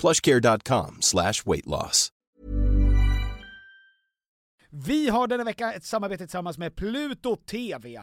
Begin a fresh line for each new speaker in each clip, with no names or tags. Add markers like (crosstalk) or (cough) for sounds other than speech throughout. plushcare.com slash weight loss.
Vi har denna vecka ett samarbete tillsammans med Pluto TV.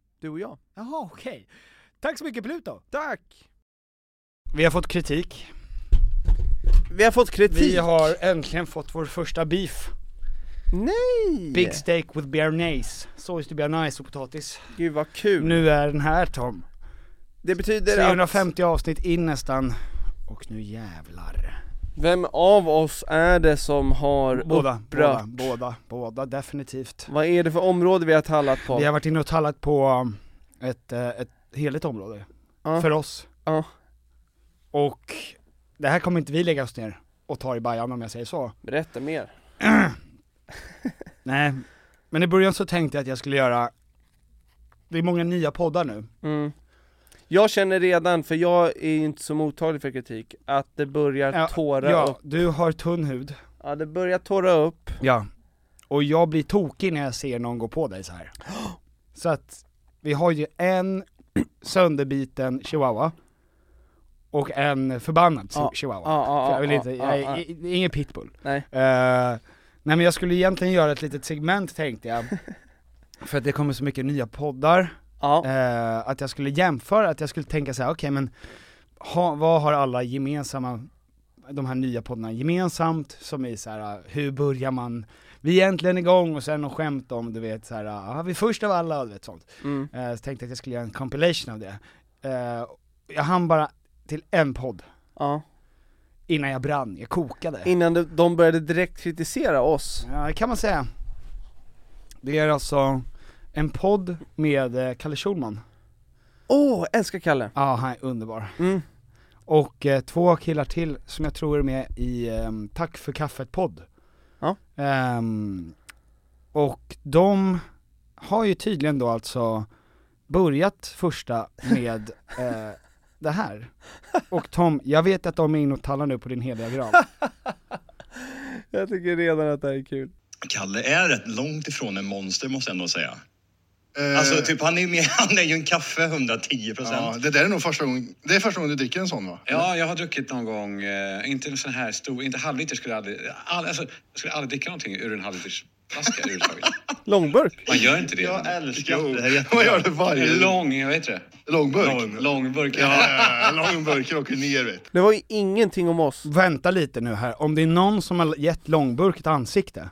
Du och jag.
Jaha, okej. Tack så mycket Pluto!
Tack!
Vi har fått kritik.
Vi har fått kritik!
Vi har äntligen fått vår första beef.
Nej!
Big steak with bearnaise. Sås till bearnaise och potatis.
Gud vad kul!
Nu är den här Tom.
Mm. det betyder att...
350 avsnitt in nästan. Och nu jävlar.
Vem av oss är det som har
Båda,
upprört?
båda, båda, båda, definitivt.
Vad är det för område vi har tallat på?
Vi har varit inne och talat på um, ett, eh, ett heligt område.
Ja.
För oss.
Ja.
Och det här kommer inte vi lägga oss ner och ta i bajan om jag säger så.
Berätta mer.
Nej, men i början så tänkte jag att jag skulle göra, det är många nya poddar nu.
Mm. Jag känner redan, för jag är ju inte så mottaglig för kritik, att det börjar
Ja,
tåra
ja,
upp.
du har tunn hud.
Ja, det börjar tåra upp.
Ja. Och jag blir tokig när jag ser någon gå på dig så
(gasps)
här. Så att, vi har ju en sönderbiten chihuahua och en förbannad
Ja,
Typ chihuahua.
ja, ja,
För jag vill
ja,
inte,
ja,
jag,
ja.
i- i- ingen pitbull.
Nej.
Eh, nej men jag skulle egentligen göra ett litet segment tänkte
(laughs)
jag. För att det kommer så mycket nya poddar.
Ja.
Eh, att jag skulle jämföra, att jag skulle tänka så här: okej men, ha, vad har alla gemensamma, de här nya poddarna gemensamt, som är så här: eh, hur börjar man, vi är äntligen igång och sen något skämt om du vet såhär, ah, vi är först av alla och du vet sånt.
Mm.
Eh, så tänkte jag att jag skulle göra en compilation av det. Eh, jag hann bara till en podd
ja.
innan jag brann, jag kokade.
Innan de, de började direkt kritisera oss.
Ja, det kan man säga. Det är alltså en podd med eh, Kalle Schulman.
Åh, älskar Kalle.
Ja, han är underbar.
Mm.
Och eh, två killar till som jag tror är med i ehm, Tack för kaffet-podd.
Ja.
Ehm, och de har ju tydligen då alltså börjat första med eh, det här. (laughs) Och Tom, jag vet att de är inne och tallar nu på din heliga grav.
Jag tycker redan att det här är kul.
Kalle är rätt långt ifrån en monster måste jag ändå säga. Alltså typ han är, ju mer, (laughs) han är ju en kaffe 110
Eh. Ja,
procent.
det där är nog första gången, det är första gången du dricker en sån va?
Ja, jag har druckit någon gång, eh, inte en sån här stor, inte halvliter skulle jag aldrig, all, alltså, jag skulle aldrig dricka någonting ur en halvliters
(laughs) plastflaska i utslaget.
Långburk?
Man gör inte det.
Jag älskar
Jo,
det här jättemycket. Man gör det varje-
En Lång, vad heter det?
Långburk.
Lång, långburk.
Ja,
(laughs)
ja, ja, långburkar åker ner vet
Det var ju ingenting om oss.
Vänta lite nu här, om det är någon som har gett långburk ett ansikte,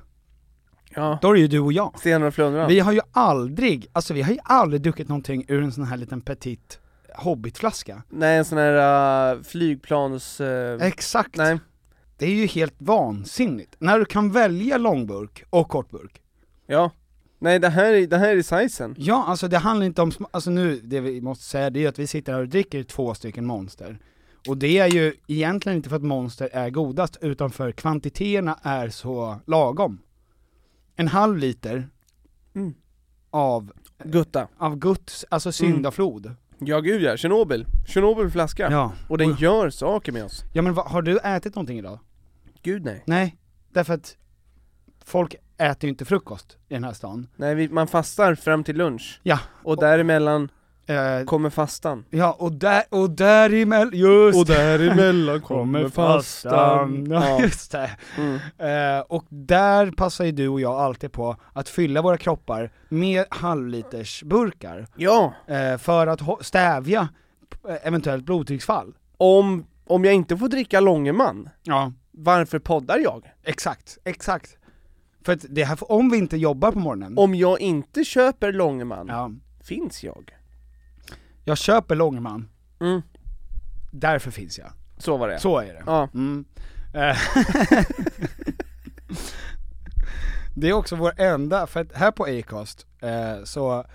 Ja.
då är det ju du och jag.
Stenar och flundran.
Vi har ju aldrig, alltså vi har ju aldrig druckit någonting ur en sån här liten petit hobbitflaska.
Nej, en sån här uh, flygplans... eh,
Exakt.
nej.
Det är ju helt vansinnigt. När du kan välja långburk och kortburk.
Ja. Nej, det här, är- det här är sizen.
Ja, alltså det handlar inte om, sm- alltså nu, det vi måste säga det är ju att vi sitter här och dricker två stycken monster. Och det är ju egentligen inte för att monster är godast, utan för kvantiteterna är så lagom. En halv liter
Mm.
av,
Gutta.
av Guds, alltså syndaflod.
Ja, gud ja. Tjernobyl. Tjernobyl flaska.
Ja.
Och den gör saker med oss.
Ja men vad- har du ätit någonting idag?
Gud nej.
Nej, därför att folk äter ju inte frukost i den här stan.
Nej, vi, man fastar fram till lunch.
Ja.
Och däremellan
Eh,
kommer fastan.
ja, och där, och däremellan, just
Och däremellan kommer fastan.
(laughs) Ja,
(laughs) Ja.
just det.
Mm.
Eh, och där passar ju du och jag alltid på att fylla våra kroppar med halvliters burkar
Ja!
eh, för att ho- stävja eh, eventuellt blodtrycksfall.
Om, om jag inte får dricka Långeman,
Ja.
varför poddar jag?
Exakt, exakt. För att det här, får- om vi inte jobbar på morgonen,
Om jag inte köper Långeman,
ja,
finns jag?
jag köper Långman,
Mm.
därför finns jag.
Så var det.
Så är det.
Ja.
Mm. Eh, (laughs) det är också vår enda, för att här på Acast eh, så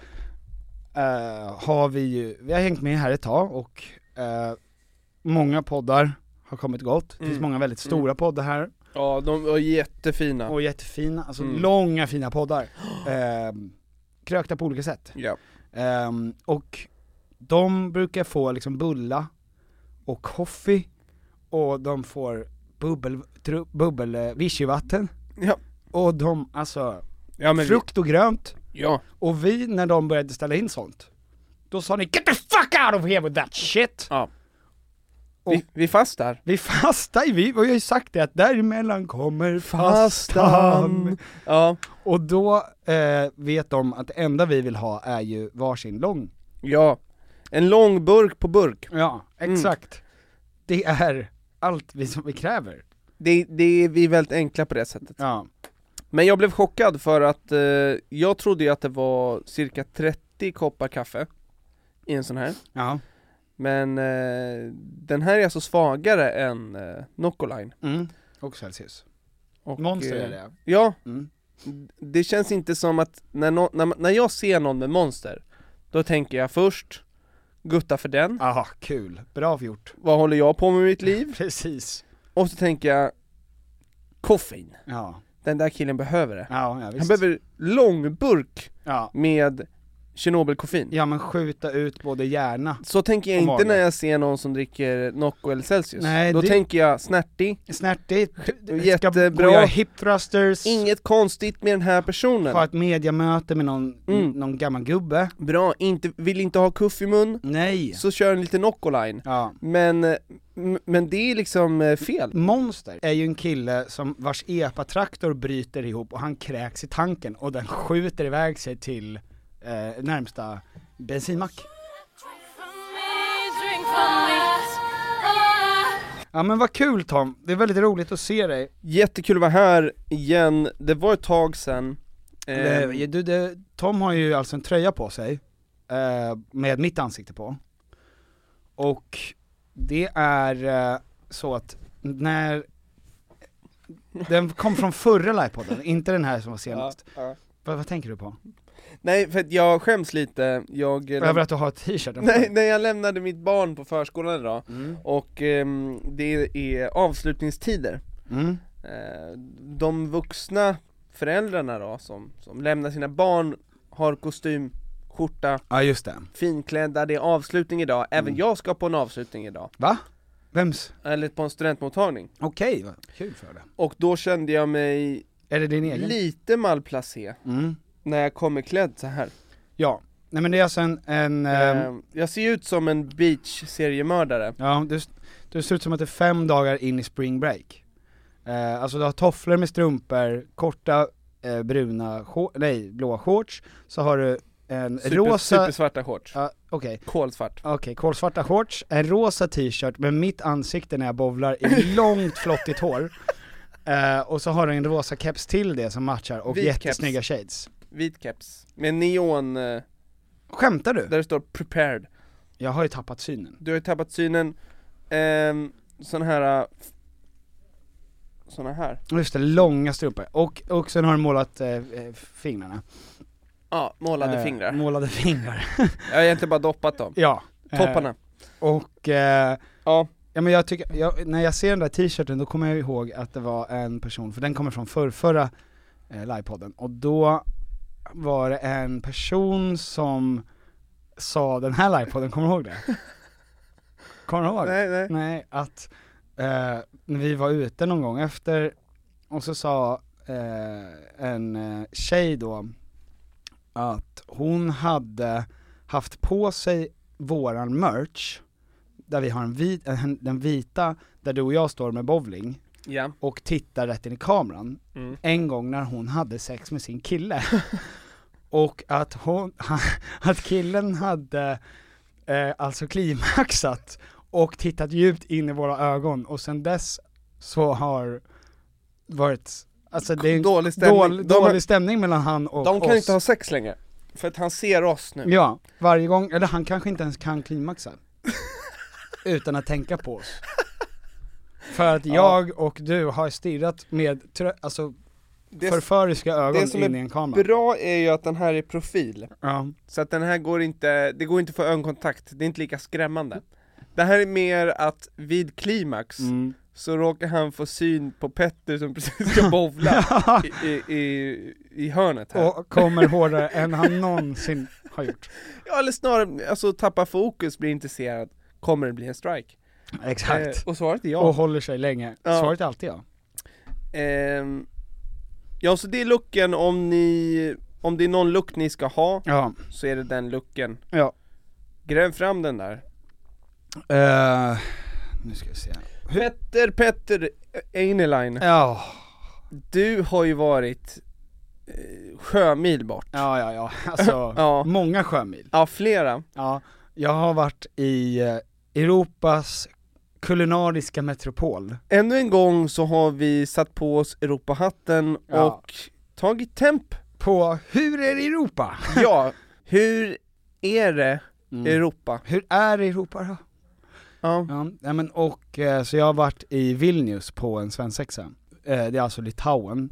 eh, har vi ju, vi har hängt med här ett tag och eh, många poddar har kommit gott. Det finns
Mm.
många väldigt stora poddar här
Ja, de var jättefina.
och jättefina, alltså
Mm.
långa fina
(gasps)
poddar. Ehm, krökta på olika sätt.
Ja.
Ehm, och de brukar få liksom bulla och koffe och de får bubbel, tru, bubbel eh, vichyvatten
Ja.
och de, alltså
Ja, men vi,
frukt och grönt.
ja.
Och vi, när de började ställa in sånt, då sa ni 'Get the fuck out of here with that shit!'
Ja.
Och-
Vi, vi fastar.
Vi fastar ju, vi, och jag har ju sagt det att däremellan kommer fastan.
Fastan. Ja.
Och då eh, vet de att det enda vi vill ha är ju varsin lång.
Ja. En lång burk på burk.
Ja, mm. exakt. Det är allt vi, som vi kräver.
Det, det är vi är väldigt enkla på det sättet.
Ja.
Men jag blev chockad för att eh, jag trodde ju att det var cirka 30 koppar kaffe i en sån här.
Ja.
Men eh, den här är alltså svagare än eh, Noccoline.
Mm. Och Celsius.
Och,
Monster
eh,
är det.
Ja,
Mm.
det känns inte som att när, nå- när, man- när jag ser någon med monster, då tänker jag först Gutta för den,
Aha, kul. Bra gjort. (laughs)
vad håller jag på med i mitt liv?
Precis.
Och så tänker jag Koffein,
Ja.
den där killen behöver det.
Ja, ja visst.
Han behöver långburk
ja.
med Tjernobylkoffein.
ja, men skjuta ut både hjärna.
Så tänker jag
Och
inte
mage.
när jag ser någon som dricker Nocco eller Celsius.
Nej,
Då
det-
tänker jag snärtig,
Snärtigt. Ska
Jättebra.
göra hip thrusters.
inget konstigt med den här personen.
Ha ett mediamöte med någon,
Mm.
någon gammal gubbe.
Bra, inte, vill inte ha kuff i mun,
Nej.
så kör en liten Noccoline.
Ja.
Men, eh, m- men det är liksom eh, fel.
Monster är ju en kille som vars epatraktor bryter ihop och han kräks i tanken och den skjuter iväg sig till eh, närmsta bensinmack. Ja men vad kul Tom, det är väldigt roligt att se dig.
Jättekul att vara här igen, det var ett tag sen. Eh,
Eh, du, det, Tom har ju alltså en tröja på sig, eh, med mitt ansikte på. Och det är eh, så att när, den kom från förra livepodden, (laughs) inte den här som var senast.
ja.
Vad, vad tänker du på?
Nej för att jag skäms lite, jag... eh,
Över att du har t-shirten
(laughs) Nej, nej, jag lämnade mitt barn på förskolan idag,
Mm.
och ehm, det är avslutningstider.
Mm.
Eh, de vuxna föräldrarna då, som, som lämnar sina barn, har kostym, skjorta,
Ja just det.
finklädda, det är avslutning idag, även
Mm.
jag ska på en avslutning idag,
Va? Vems?
eller på en studentmottagning.
Okej, vad kul för det.
Och då kände jag mig
Är det din egen?
lite malplacé,
Mm.
när jag kommer klädd så här.
Ja, nej men det är alltså en, en ehm,
Eh, Jag ser ut som en beach-seriemördare.
ja du, du ser ut som att det är fem dagar in i spring break. Eh, alltså du har tofflor med strumpor, korta eh, bruna, shor- nej blåa shorts, så har du en
Super,
rosa...
Supersvarta shorts.
Ja, okej.
Kolsvart.
Okej, kolsvarta shorts, en rosa t-shirt med mitt ansikte när jag bowlar
(laughs)
i långt flottigt hår. Eh, och så har du en rosa keps till det som matchar och
Vit keps.
jättesnygga shades.
Vit keps. Med neon... eh,
Skämtar du?
Där det står 'prepared'
Jag har ju tappat synen.
Du har ju tappat synen, ehm, sån här... eh, f- Såna här.
Och Just det, långa strumpor. Och, och sen har du målat eh, eh, fingrarna.
Ja, målade
Eh,
fingrar.
Målade fingrar. (laughs)
Jag har egentligen bara doppat dem.
ja. eh,
Topparna.
Och, eh,
Ja.
ja men jag tycker, jag, när jag ser den där t-shirten då kommer jag ihåg att det var en person, för den kommer från förrförra eh, livepodden, och då var det en person som sa den här livepodden, kommer du ihåg
(laughs)
det? Kommer du ihåg?
Nej, nej.
Nej, att eh, när vi var ute någon gång efter, och så sa eh, en eh, tjej då att hon hade haft på sig våran merch, där vi har en vit, en, den vita, där du och jag står med bowling,
Ja.
och tittar rätt in i kameran,
Mm.
en gång när hon hade sex med sin kille. (laughs) och att, hon, (laughs) att killen hade eh, alltså klimaxat och tittat djupt in i våra ögon och sen dess så har varit, alltså det är en
Dålig stämning.
dålig,
De-
dålig stämning mellan han och
De kan
oss.
inte ha sex längre. För att han ser oss nu.
Ja, varje gång, eller han kanske inte ens kan klimaxa. utan att tänka på oss. För att jag och du har stirrat med, trö- alltså
Det,
förföriska ögon
det som
in
är
i en kamera.
bra är ju att den här är profil.
ja.
Så att den här går inte, det går inte att få ögonkontakt, det är inte lika skrämmande. Det här är mer att vid klimax
Mm.
så råkar han få syn på Petter som precis ska
(laughs)
bowla i, i, i, i hörnet här.
Och kommer hårdare än han någonsin har gjort.
Ja eller snarare, alltså tappa fokus, blir intresserad, kommer det bli en strike?
Exakt.
Eh, och svaret är ja.
Och håller sig länge.
Ja.
Svaret är alltid ja.
Ehm, ja så det är looken om ni, om det är någon look ni ska ha,
Ja.
så är det den looken.
ja.
Gräv fram den där.
Eh, nu ska vi se.
Petter, Petter, Eineline.
Ja,
Du har ju varit eh, sjömil bort.
ja, ja, ja. alltså
Ja.
många sjömil.
Ja, flera.
Ja, jag har varit i eh, Europas kulinariska metropol.
Ännu en gång så har vi satt på oss Europahatten
Ja.
och tagit temp.
På Hur är det Europa?
Ja, (laughs) hur är det
Mm.
Europa?
Hur är det Europa då?
Ja.
Ja, nej men och, eh, så jag har varit i Vilnius på en svensexa. Eh, Det är alltså Litauen,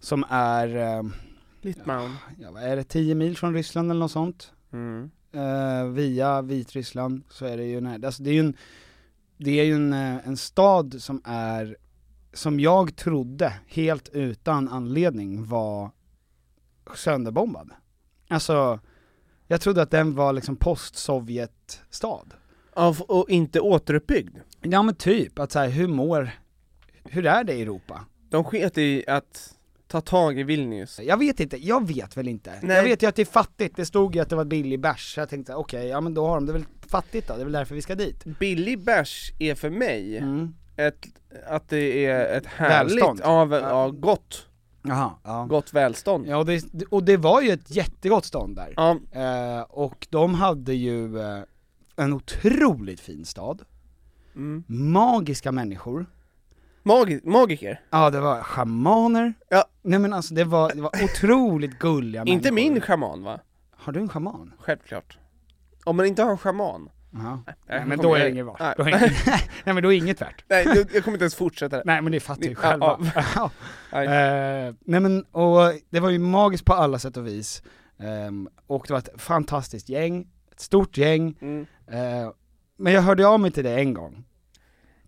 som är, eh,
Litauen.
ja, vad är det 10 mil från Ryssland eller något sånt?
Mm.
Eh, Via Vitryssland så är det ju nära, alltså det är ju en, det är ju en, eh, en stad som är, som jag trodde, helt utan anledning, var sönderbombad. Alltså, jag trodde att den var liksom post-Sovjet-stad.
Av, och inte återuppbyggd.
Ja men typ, att så här, hur mår, hur är det i Europa?
De sket i att ta tag i Vilnius.
Jag vet inte, jag vet väl inte.
Nej.
Jag vet ju att det är fattigt, det stod ju att det var billig bärs, så jag tänkte okej, ja men då har de det väl fattigt då, det är väl därför vi ska dit.
Billig bärs är för mig
Mm.
ett, att det är ett härligt,
Välstånd.
ja, vä- ja, gott,
Jaha, ja.
gott välstånd.
Ja och det, och det var ju ett jättegott stånd där.
Ja,
Eh, och de hade ju eh, en otroligt fin stad,
mm.
magiska människor,
Magi- magiker.
ja det var schamaner,
Ja.
nej men alltså det var, det var otroligt gulliga
Inte
människor.
min schaman va?
Har du en schaman?
Självklart. Om man inte har en schaman.
Jaha.
Nej,
Nej men
jag
då
kommer-
är det inget värt.
Nej.
Då är inget, (laughs) nej men då är inget värt.
Nej, då- jag kommer inte ens fortsätta.
(laughs) Nej men det fattar ju
Ja,
själva. (laughs)
(laughs)
Ja. Eh, nej men, och det var ju magiskt på alla sätt och vis. Ehm, och det var ett fantastiskt gäng, ett stort gäng.
Mm.
Eh, men jag hörde av mig till dig en gång.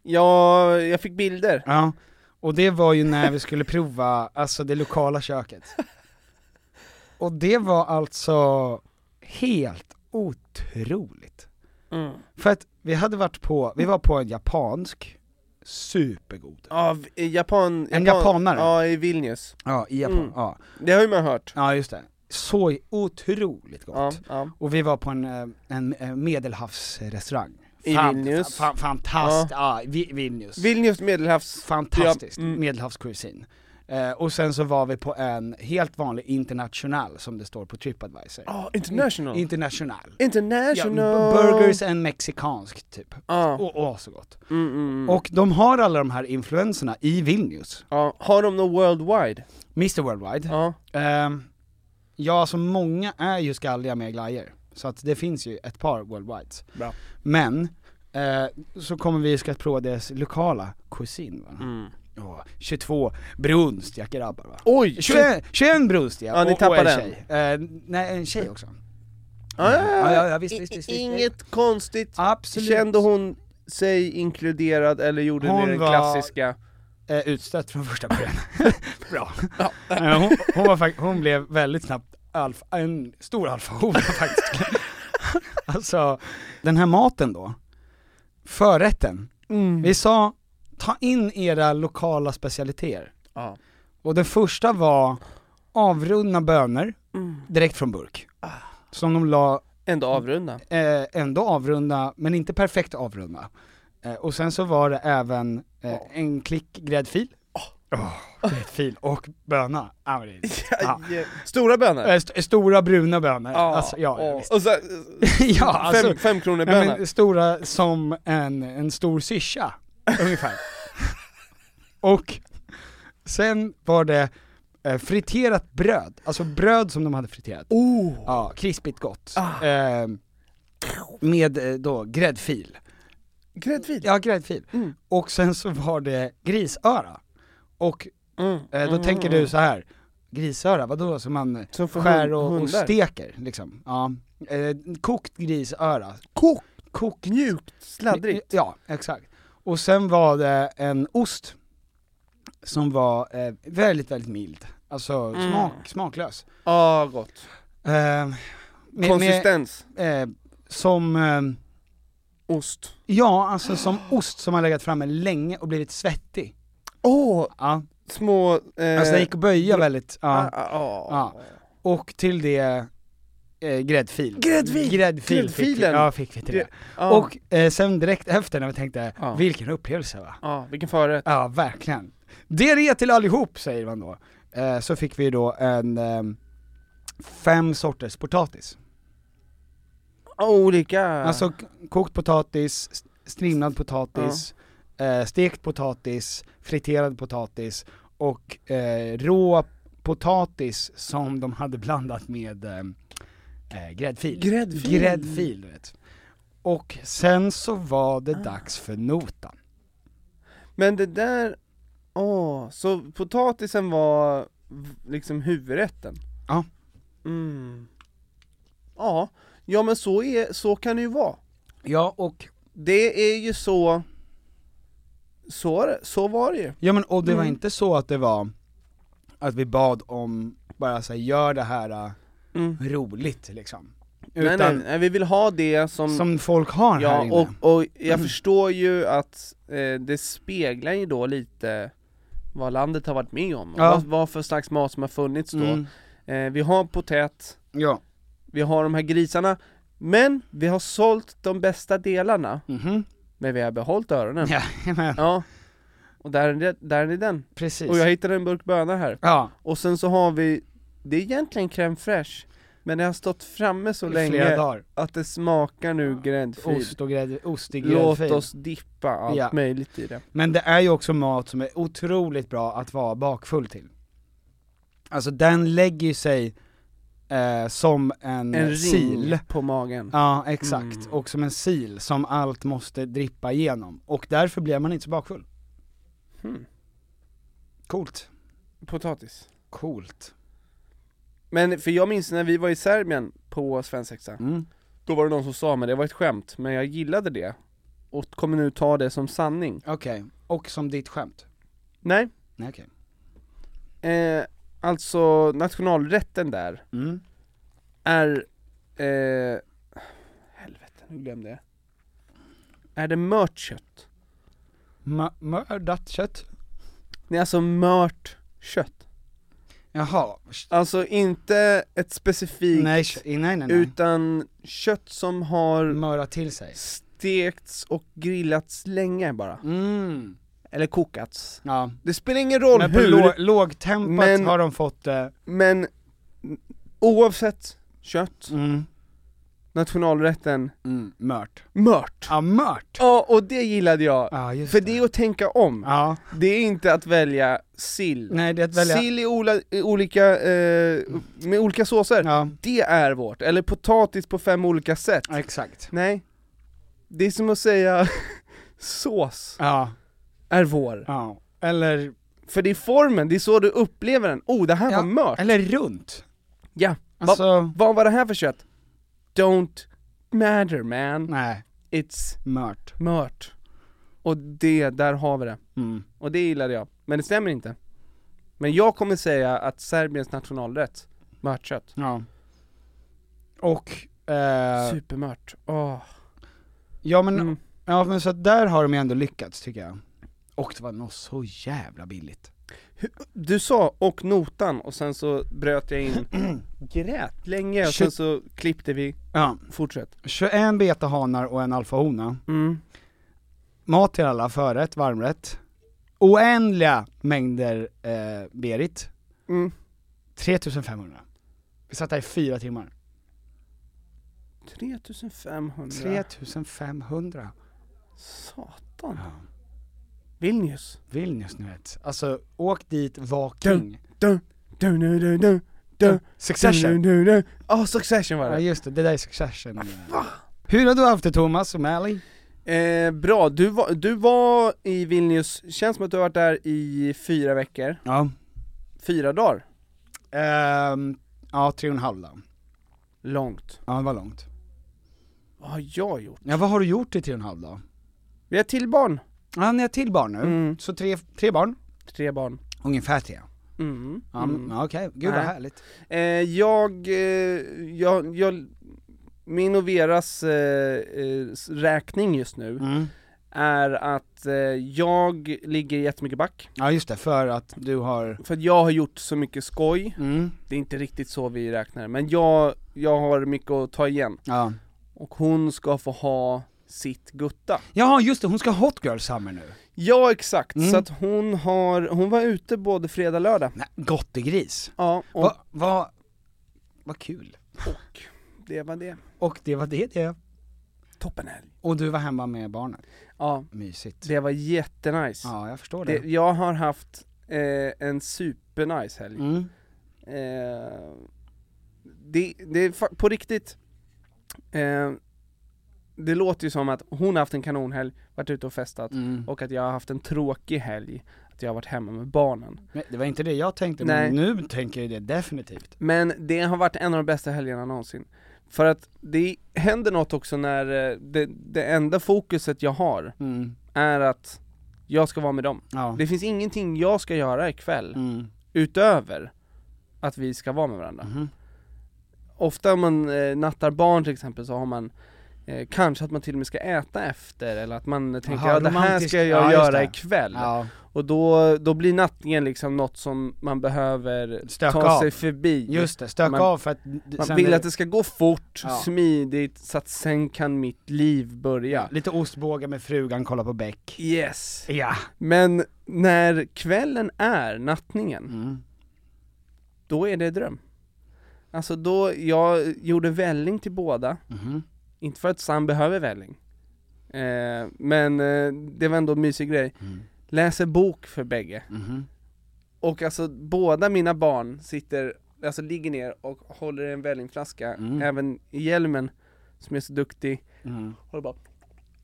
Ja, jag fick bilder.
Ja. Och det var ju när vi skulle
(laughs)
prova, alltså det lokala köket. Och det var alltså helt otroligt.
Mm.
För att vi hade varit på, vi var på en japansk, supergod.
Av Japan,
En japanare.
Ja, i Vilnius.
Ja, i Japan,
Mm.
ja.
Det har ju man hört.
Ja just det. Så otroligt gott.
Ja, ja.
Och vi var på en, eh, en eh, medelhavsrestaurang.
I Vilnius.
Fa, fa, fantastiskt, ja, Vi, Vilnius.
Vilnius medelhavs...
fantastiskt,
Ja, mm.
medelhavskusin. Eh, och sen så var vi på en helt vanlig international som det står på Tripadvisor.
Ah, international.
In- international.
International!
Ja, burgers and mexikansk typ.
Ja.
Och, och så gott.
Mm, mm, mm.
Och de har alla de här influenserna i Vilnius.
Ja, har de något worldwide?
Mr Worldwide.
Ja.
Ehm, ja, alltså många är ju skalliga med glajjor, så att det finns ju ett par worldwides.
Bra.
Men, eh, så kommer vi ska prova deras lokala kusin va? Ja, 22 brunst, jag grabbar va?
Mm. Oj!
21, 21 brunst ja, och,
Ja, ni
och en
tappade en.
tjej. Eh, nej, en tjej också.
Ah,
Ja, ja, ja, visst, visst, visst, visst.
Inget konstigt.
Absolut.
Kände hon sig inkluderad eller gjorde
Hon
ni den
var-
klassiska?
Eh, utstött från första början. Bra. Eh, hon, hon, var fakt- hon blev väldigt snabbt alf, en stor alfahona faktiskt. (laughs) alltså, den här maten då, förrätten.
Mm.
Vi sa, ta in era lokala specialiteter.
Ja.
Och den första var avrundna bönor, direkt från burk. Som de la
Ändå avrunda.
eh, ändå avrunda, men inte perfekt avrunda. Eh, och sen så var det även eh, en klick gräddfil.
Oh.
Åh, gräddfil och böna. Ja, men det är- Ja.
Ja. Stora bönor?
Eh, st- stora bruna bönor.
Ja,
Alltså, ja,
ja.
visst.
Och så,
(laughs) ja, alltså,
fem, fem
nej,
kronor bönor.
men, stora som en, en stor syrsa,
(laughs)
ungefär. och sen var det eh, friterat bröd, alltså bröd som de hade friterat.
oh. Ah.
Ja, krispigt gott. Eh, med eh, då gräddfil.
Gräddfil?
Ja, gräddfil.
Mm.
Och sen så var det grisöra. Och
Mm.
eh, då tänker du så här grisöra, vadå som man
Som för
skär
hund-
och, och
hundar.
steker liksom? Ja. Eh, kokt grisöra.
Kok,
Kokt.
mjukt, sladdrigt.
Ja, exakt. Och sen var det en ost som var eh, väldigt, väldigt mild. Alltså
Mm.
smak, smaklös.
Ja, gott.
Eh, med- med-
Konsistens.
eh, som, eh,
Ost.
ja alltså som ost som har legat framme länge och blivit svettig.
Åh,
Ja.
små... Eh,
Alltså den gick att böja väldigt,
ah,
ja.
ah, ah.
ja. Och till det, eh, gräddfil.
Gräddfil!
Gräddfil fick vi,
Gräddfilen.
ja, fick vi till det.
Ja.
Och eh, sen direkt efter när vi tänkte,
Ja.
vilken upplevelse va?
Ja, ah, vilken förrätt.
Ja, verkligen. Diarré till allihop säger man då. Eh, så fick vi då en, eh, fem sorters potatis.
Olika...
Alltså k- kokt potatis, st- strimlad potatis, eh, stekt potatis, friterad potatis och eh, rå potatis som de hade blandat med eh, eh, gräddfil.
Gräddfil.
Gräddfil, du vet. Och sen så var
Ah.
det dags för notan.
Men det där, åh, så potatisen var v- liksom huvudrätten?
Ja.
Mm. Ja, ja men så, är, så kan det ju vara.
Ja och,
Det är ju så, så, är det- så var det ju.
ja men och det
Mm.
var inte så att det var, att vi bad om, bara så här, gör det här eh,
Mm.
roligt liksom.
Nej,
Utan
nej, nej, eh, vi vill ha det som,
som folk har här
Mm. ja,
inne. Mm.
och, och jag förstår ju att eh, det speglar ju då lite vad landet har varit med om,
Ja.
vad, vad för slags mat som har funnits då.
Mm.
Eh, vi har potät,
Ja.
vi har de här grisarna, men vi har sålt de bästa delarna,
Mhm.
men vi har behållit öronen.
(laughs)
Ja.
Jajamän,
Och där är, det, där är den.
precis.
Och jag hittade en burk bönor här.
ja,
Och sen så har vi, det är egentligen crème fraîche, men det har stått framme så
i
länge
flera dagar.
att det smakar nu gräddfil.
Ost och grädde, ost i
Låt
gräddfil.
oss dippa allt
Ja.
möjligt i det.
Men det är ju också mat som är otroligt bra att vara bakfull till. Alltså den lägger ju sig eh, som en,
En
sil.
ring Mm. på magen.
Ja, exakt. Och som en sil som allt måste drippa igenom. Och därför blir man inte så bakfull.
Hmm.
Coolt.
Potatis.
Coolt.
Men för jag minns när vi var i Serbien på svensexa,
Mm.
då var det någon som sa men det var ett skämt, men jag gillade det. Och kommer nu ta det som sanning.
Okej, och som ditt skämt.
Nej,
Nej okej.
eh, alltså nationalrätten där
Mm.
är, eh, helvete nu glömde jag. Är det mört kött?
Mö- Mördat kött?
Nej alltså mört kött.
Jaha.
Alltså inte ett specifikt,
Nej, kö- nej, nej. nej.
utan kött som har
Mm. mörda till sig.
stekts och grillats länge bara.
Mm.
eller kokats.
Ja.
Det spelar ingen roll
Men på
hur,
lå- lågtempat
Men-
har de fått eh,
men oavsett kött,
mm,
nationalrätten,
mört.
mört.
Ja, mört!
Ja, och det gillade jag.
Ja, just
För det är att tänka om.
Ja,
Det är inte att välja sill.
nej det är att välja...
Sill i ola, i olika, eh, med olika såser.
Ja,
Det är vårt. Eller potatis på fem olika sätt.
exakt.
Nej. Det är som att säga (laughs) sås
Ja,
är vår.
ja. Eller,
För det är formen, det är så du upplever den. Oh, det här
Ja,
var mört.
eller runt.
Ja.
Alltså,
Va, vad var det här för kött? Don't matter man.
nej,
It's
mört.
mört. Och det, där har vi det.
Mm.
Och det gillade jag. Men det stämmer inte. Men jag kommer säga att Serbiens nationalrätt, mört kött.
Ja. Och, eh,
Supermört. Åh.
ja men,
Mm.
ja men så att där har de ju ändå lyckats tycker jag. Och det var nog så jävla billigt.
Du sa och notan och sen så bröt jag
(clears throat)
in, grät länge och sen
Shit.
så klippte vi,
Ja,
fortsätt.
21 betahanar och en alfahona.
Mm.
Mat till alla, förrätt, varmrätt. Oändliga mängder eh, Berit.
Mm.
3500. Vi satt där i fyra timmar.
3500.
3500.
Satan. Vilnius.
Vilnius ni vet. Alltså, åk dit, var king.
Dun, dun, dun, dun, dun, dun, dun,
Succession.
dun, dun. Ja, Succession var
Ja
det.
just det, det där är Succession. Hur har du haft det Thomas och Mally?
Eh, bra, du var, du var i Vilnius, känns som att du har varit där i fyra veckor,
Ja. Ehm,
fyra dagar.
ja, tre och en halv då.
Långt.
Ja, det var långt.
Vad har jag gjort?
Ja, vad har du gjort i tre och en halv då?
Vi har till barn.
Ja, ni har till barn nu.
Mm.
Så tre, tre barn?
Tre barn.
Ungefär tre.
Mm.
Ja, men- ja, Okej, gud vad
Nej.
härligt.
Eh, jag, eh, jag, jag, min och Veras eh, eh, s- räkning just nu
Mm.
är att eh, jag ligger jättemycket back,
Ja just det, för att du har...
för att jag har gjort så mycket skoj,
Mm.
det är inte riktigt så vi räknar, men jag, jag har mycket att ta igen.
Ja.
Och hon ska få ha sitt gutta.
Jaha just det, hon ska ha Hot Girl Summer nu.
Ja exakt,
Mm.
så att hon har, hon var ute både fredag och lördag.
Nej, gottegris.
Ja, och,
Vad va, va kul.
och det var det.
Och det var det det.
Toppenhelg.
Och du var hemma med barnen.
Ja,
Mysigt.
det var jättenice.
Ja, jag förstår det.
Det, jag har haft eh, en supernice helg.
Mm.
Eh, det, det är fa- på riktigt, eh, det låter ju som att hon har haft en kanonhelg, varit ute och festat,
Mm.
och att jag har haft en tråkig helg, att jag har varit hemma med barnen.
Men det var inte det jag tänkte,
Nej.
men nu tänker jag det definitivt.
Men det har varit en av de bästa helgerna någonsin. För att det händer något också när eh, det, det enda fokuset jag har
Mm.
är att jag ska vara med dem.
Ja.
Det finns ingenting jag ska göra ikväll
Mm.
utöver att vi ska vara med varandra.
Mhm.
Ofta om man eh, nattar barn till exempel så har man eh, kanske att man till och med ska äta efter eller att man tänker
Aha,
ja, det här
romantisk-
ska jag
ja, just
göra
det.
ikväll.
Ja.
Och då, då blir nattningen liksom något som man behöver
Stöka
ta sig
av.
förbi.
Just det, stöka
Man-
av för att... d-
man
sen
vill
är
att det ska gå fort,
Ja.
smidigt, så att sen kan mitt liv börja.
Lite ostbågar med frugan, kolla på Beck.
Yes!
Ja.
Men när kvällen är nattningen,
Mm.
då är det dröm. Alltså då, jag gjorde välling till båda,
Mhm.
inte för att Sam behöver välling. Eh, men eh, det var ändå en mysig grej.
Mm.
Läser bok för bägge.
Mhm.
Och alltså båda mina barn sitter, alltså ligger ner och håller i en vällingflaska,
Mm.
även i hjälmen, som är så duktig,
Mm.
håller bara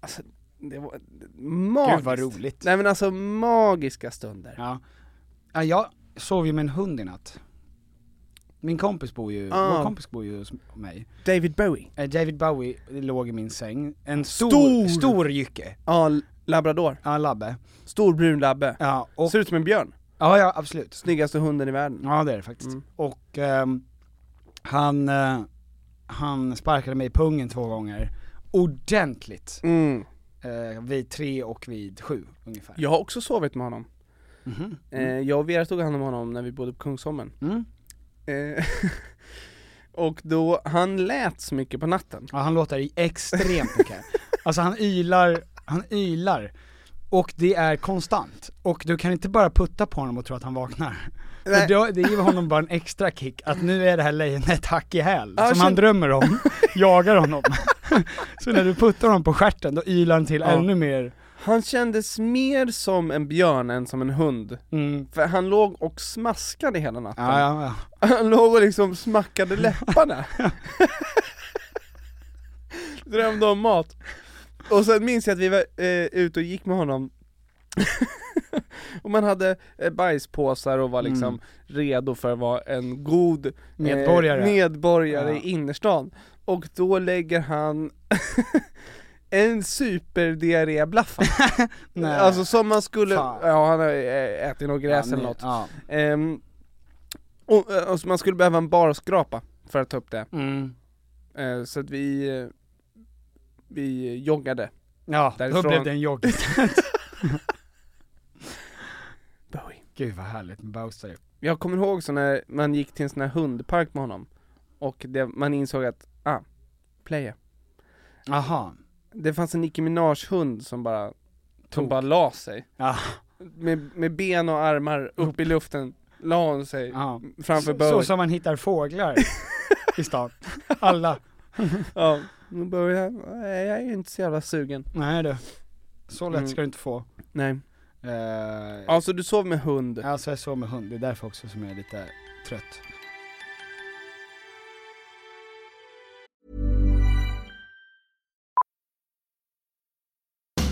Alltså, det var
Gud
magiskt.
vad roligt.
Nej men alltså magiska stunder.
Ja. ja, jag sov ju med en hund i natt. Min kompis bor ju,
Ah.
vår kompis bor ju hos mig.
David Bowie.
Eh, David Bowie låg i min säng, en stor,
Stor!
stor, jycke,
Ja, labrador.
ja labbe.
Stor brun labbe.
Ja, och,
Ser ut som en björn.
ja, ja absolut.
Snyggaste hunden i världen.
Ja det är det faktiskt.
Mm.
Och ehm, han, eh, han sparkade mig i pungen två gånger, ordentligt.
Mm.
Eh, vid tre och vid sju ungefär.
Jag har också sovit med honom.
Mhm.
Eh, jag och Vera tog hand om honom när vi bodde på Kungsholmen.
Mm.
Eh, (laughs) och då, han lät så mycket på natten. (laughs)
Ja han låter extremt mycket. alltså han ylar, han ylar.
Och det är konstant. Och du kan inte bara putta på honom och tro att han vaknar.
Nej.
För då, det ger honom bara en extra kick, att nu är det här lejonet hack i häl,
Ja,
som han
shit.
drömmer
(laughs)
om, jagar honom. (laughs) Så när du puttar honom på stjärten, då ylar han till
Ja.
ännu mer.
Han kändes mer som en björn än som en hund.
Mm.
För han låg och smaskade hela natten.
Ja, ja, ja.
(laughs) Han låg och liksom
(laughs)
smackade läpparna. Drömde om mat. Och sen minns jag att vi var eh, ute och gick med honom (laughs) och man hade eh, bajspåsar och var liksom
Mm.
redo för att vara en god eh,
Medborgare.
medborgare
Ja.
i innerstan. Och då lägger han (laughs) en superdiarréblaff.
Nej.
alltså som man skulle,
Fan.
ja han har eh, ätit något gräs eller
Ja,
något.
Ja.
Ehm, och, eh, och så man skulle behöva en barskrapa för att ta upp det.
Mm.
Eh, så att vi, eh, vi joggade.
ja, då
Därifrån-
blev det en jogg.
Bowie.
Gud vad härligt med Bowser.
Jag kommer ihåg så när man gick till en sån här hundpark med honom. Och det, man insåg att, ah, playa.
Aha.
Det fanns en Nicki Minaj hund som bara, som bara la sig.
Ja.
Med, med ben och armar upp i luften, la hon sig
Ja. Så,
framför
så
(laughs) Bowie.
som man hittar fåglar i stan. Alla.
Ja, nu börjar jag, nej, jag är inte så jävla sugen.
Nej du. Så lätt
Mm.
ska du inte få.
Nej.
Eh,
Alltså du sov med hund.
Alltså jag sov med hund, det är därför också som jag är lite trött.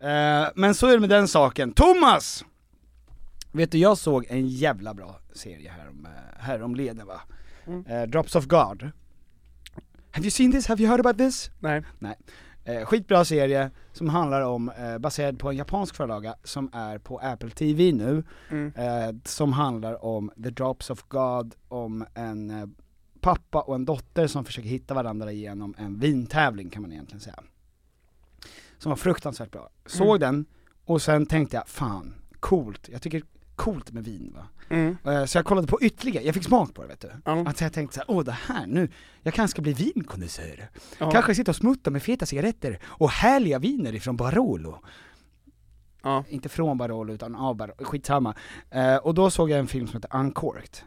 Eh, men så är det med den saken. Thomas! Vet du, jag såg en jävla bra serie här om, eh, här om leden va?
Mm.
Eh, Drops of God. Have you seen this? Have you heard about this?
Nej.
Nej. Eh,
Eh,
skitbra serie som handlar om, eh, baserad på en japansk förlaga som är på Apple TV nu,
Mm.
eh, som handlar om The Drops of God, om en eh, pappa och en dotter som försöker hitta varandra genom en vintävling kan man egentligen säga. Som var fruktansvärt bra. Såg
Mm.
den, och sen tänkte jag, fan, coolt, jag tycker coolt med vin va.
Mm.
Eh, Så jag kollade på ytterligare, jag fick smak på det vet du. Att jag tänkte så här, åh det här nu, jag kanske ska bli vinkondensör.
Ja.
Kanske sitta och smutta med feta cigaretter och härliga viner ifrån Barolo. Inte från Barolo utan av Barolo, skitsamma. Eh, och då såg jag en film som heter Uncorked.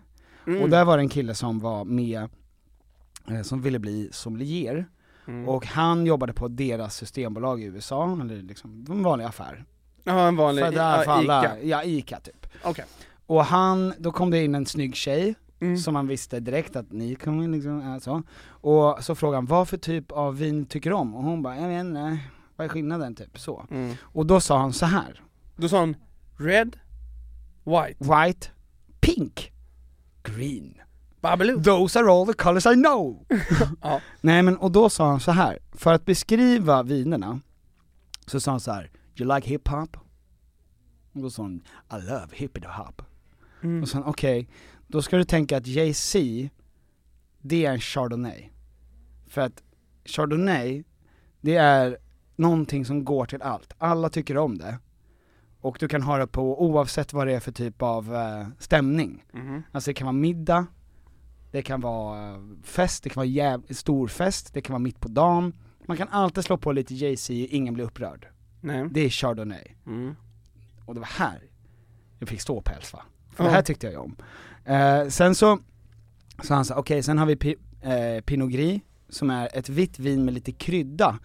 Mm.
Och där var det en kille som var med, eh, som ville bli sommelier.
Mm.
Och han jobbade på deras systembolag i USA, eller liksom, en vanlig affär.
Ja, en vanlig-
För där
ja,
för alla,
Ica.
Ja, Ica typ.
Okej.
Och han, då kom det in en snygg tjej,
Mm.
som han visste direkt att ni kommer liksom, äh, så. Och så frågade han, vad för typ av vin tycker du om? Och hon bara, jag vet inte, vad är skillnaden typ så.
Mm.
Och då sa han så här.
Då sa han, red, white.
White, pink, green. Babbeloo. Those are all the colors I know! Nej men, och då sa han så här. för att beskriva vinerna, så sa han så här. You like hiphop? Och då sa han, I love hippie hop. Och sen okej, då ska du tänka att Jay-Z, det är en chardonnay. För att chardonnay, det är någonting som går till allt. Alla tycker om det. Och du kan ha det på oavsett vad det är för typ av eh, stämning.
Mhm.
Alltså det kan vara middag, det kan vara eh, fest, det kan vara jäv- stor fest, det kan vara mitt på dagen. Man kan alltid slå på lite Jay-Z och ingen blir upprörd.
Nej.
Det är chardonnay.
Mm.
Och det var här jag fick ståpäls va? För
Ja.
det här tyckte jag ju om. Eh, sen så, så han sa, okej sen har vi pi, eh, Pinot Gris, som är ett vitt vin med lite krydda.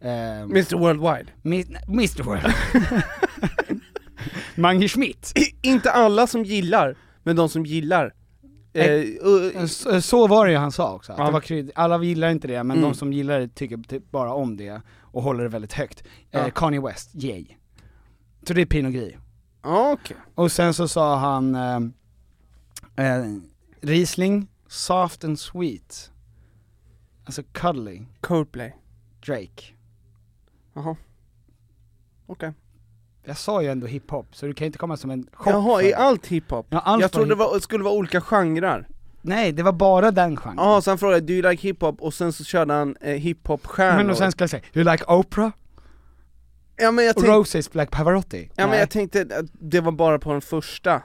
Eh,
Mr Worldwide.
Mi, Mr World. (laughs) Mange Schmidt.
(clears throat) inte alla som gillar, men de som gillar. Eh,
Eh, så, så var det ju han sa också, att
Ja.
det var krydd, alla gillar inte det, men
Mm.
de som gillar det tycker typ bara om det och håller det väldigt högt. Eh,
Ja.
Kanye West, yay. Så det är Pinot Gris.
Okej.
Och sen så sa han eh, eh, Riesling, soft and sweet. Alltså cuddly.
Coldplay.
Drake.
Jaha. Okej.
Jag sa ju ändå hiphop, så du kan inte komma som en chock.
Jaha,
för-
är allt hiphop?
Ja, allt
jag
var
trodde det
hiphop.
var, skulle vara olika genrer.
Nej, det var bara den genren.
Jaha, så han frågade 'Do you like hiphop?' och sen så körde han eh, hiphop-stjärnor.
Men och sen skulle jag säga, you like Oprah?
ja, men jag tänk-
Roses Black Pavarotti?
Ja men
Nej.
jag tänkte att det var bara på den första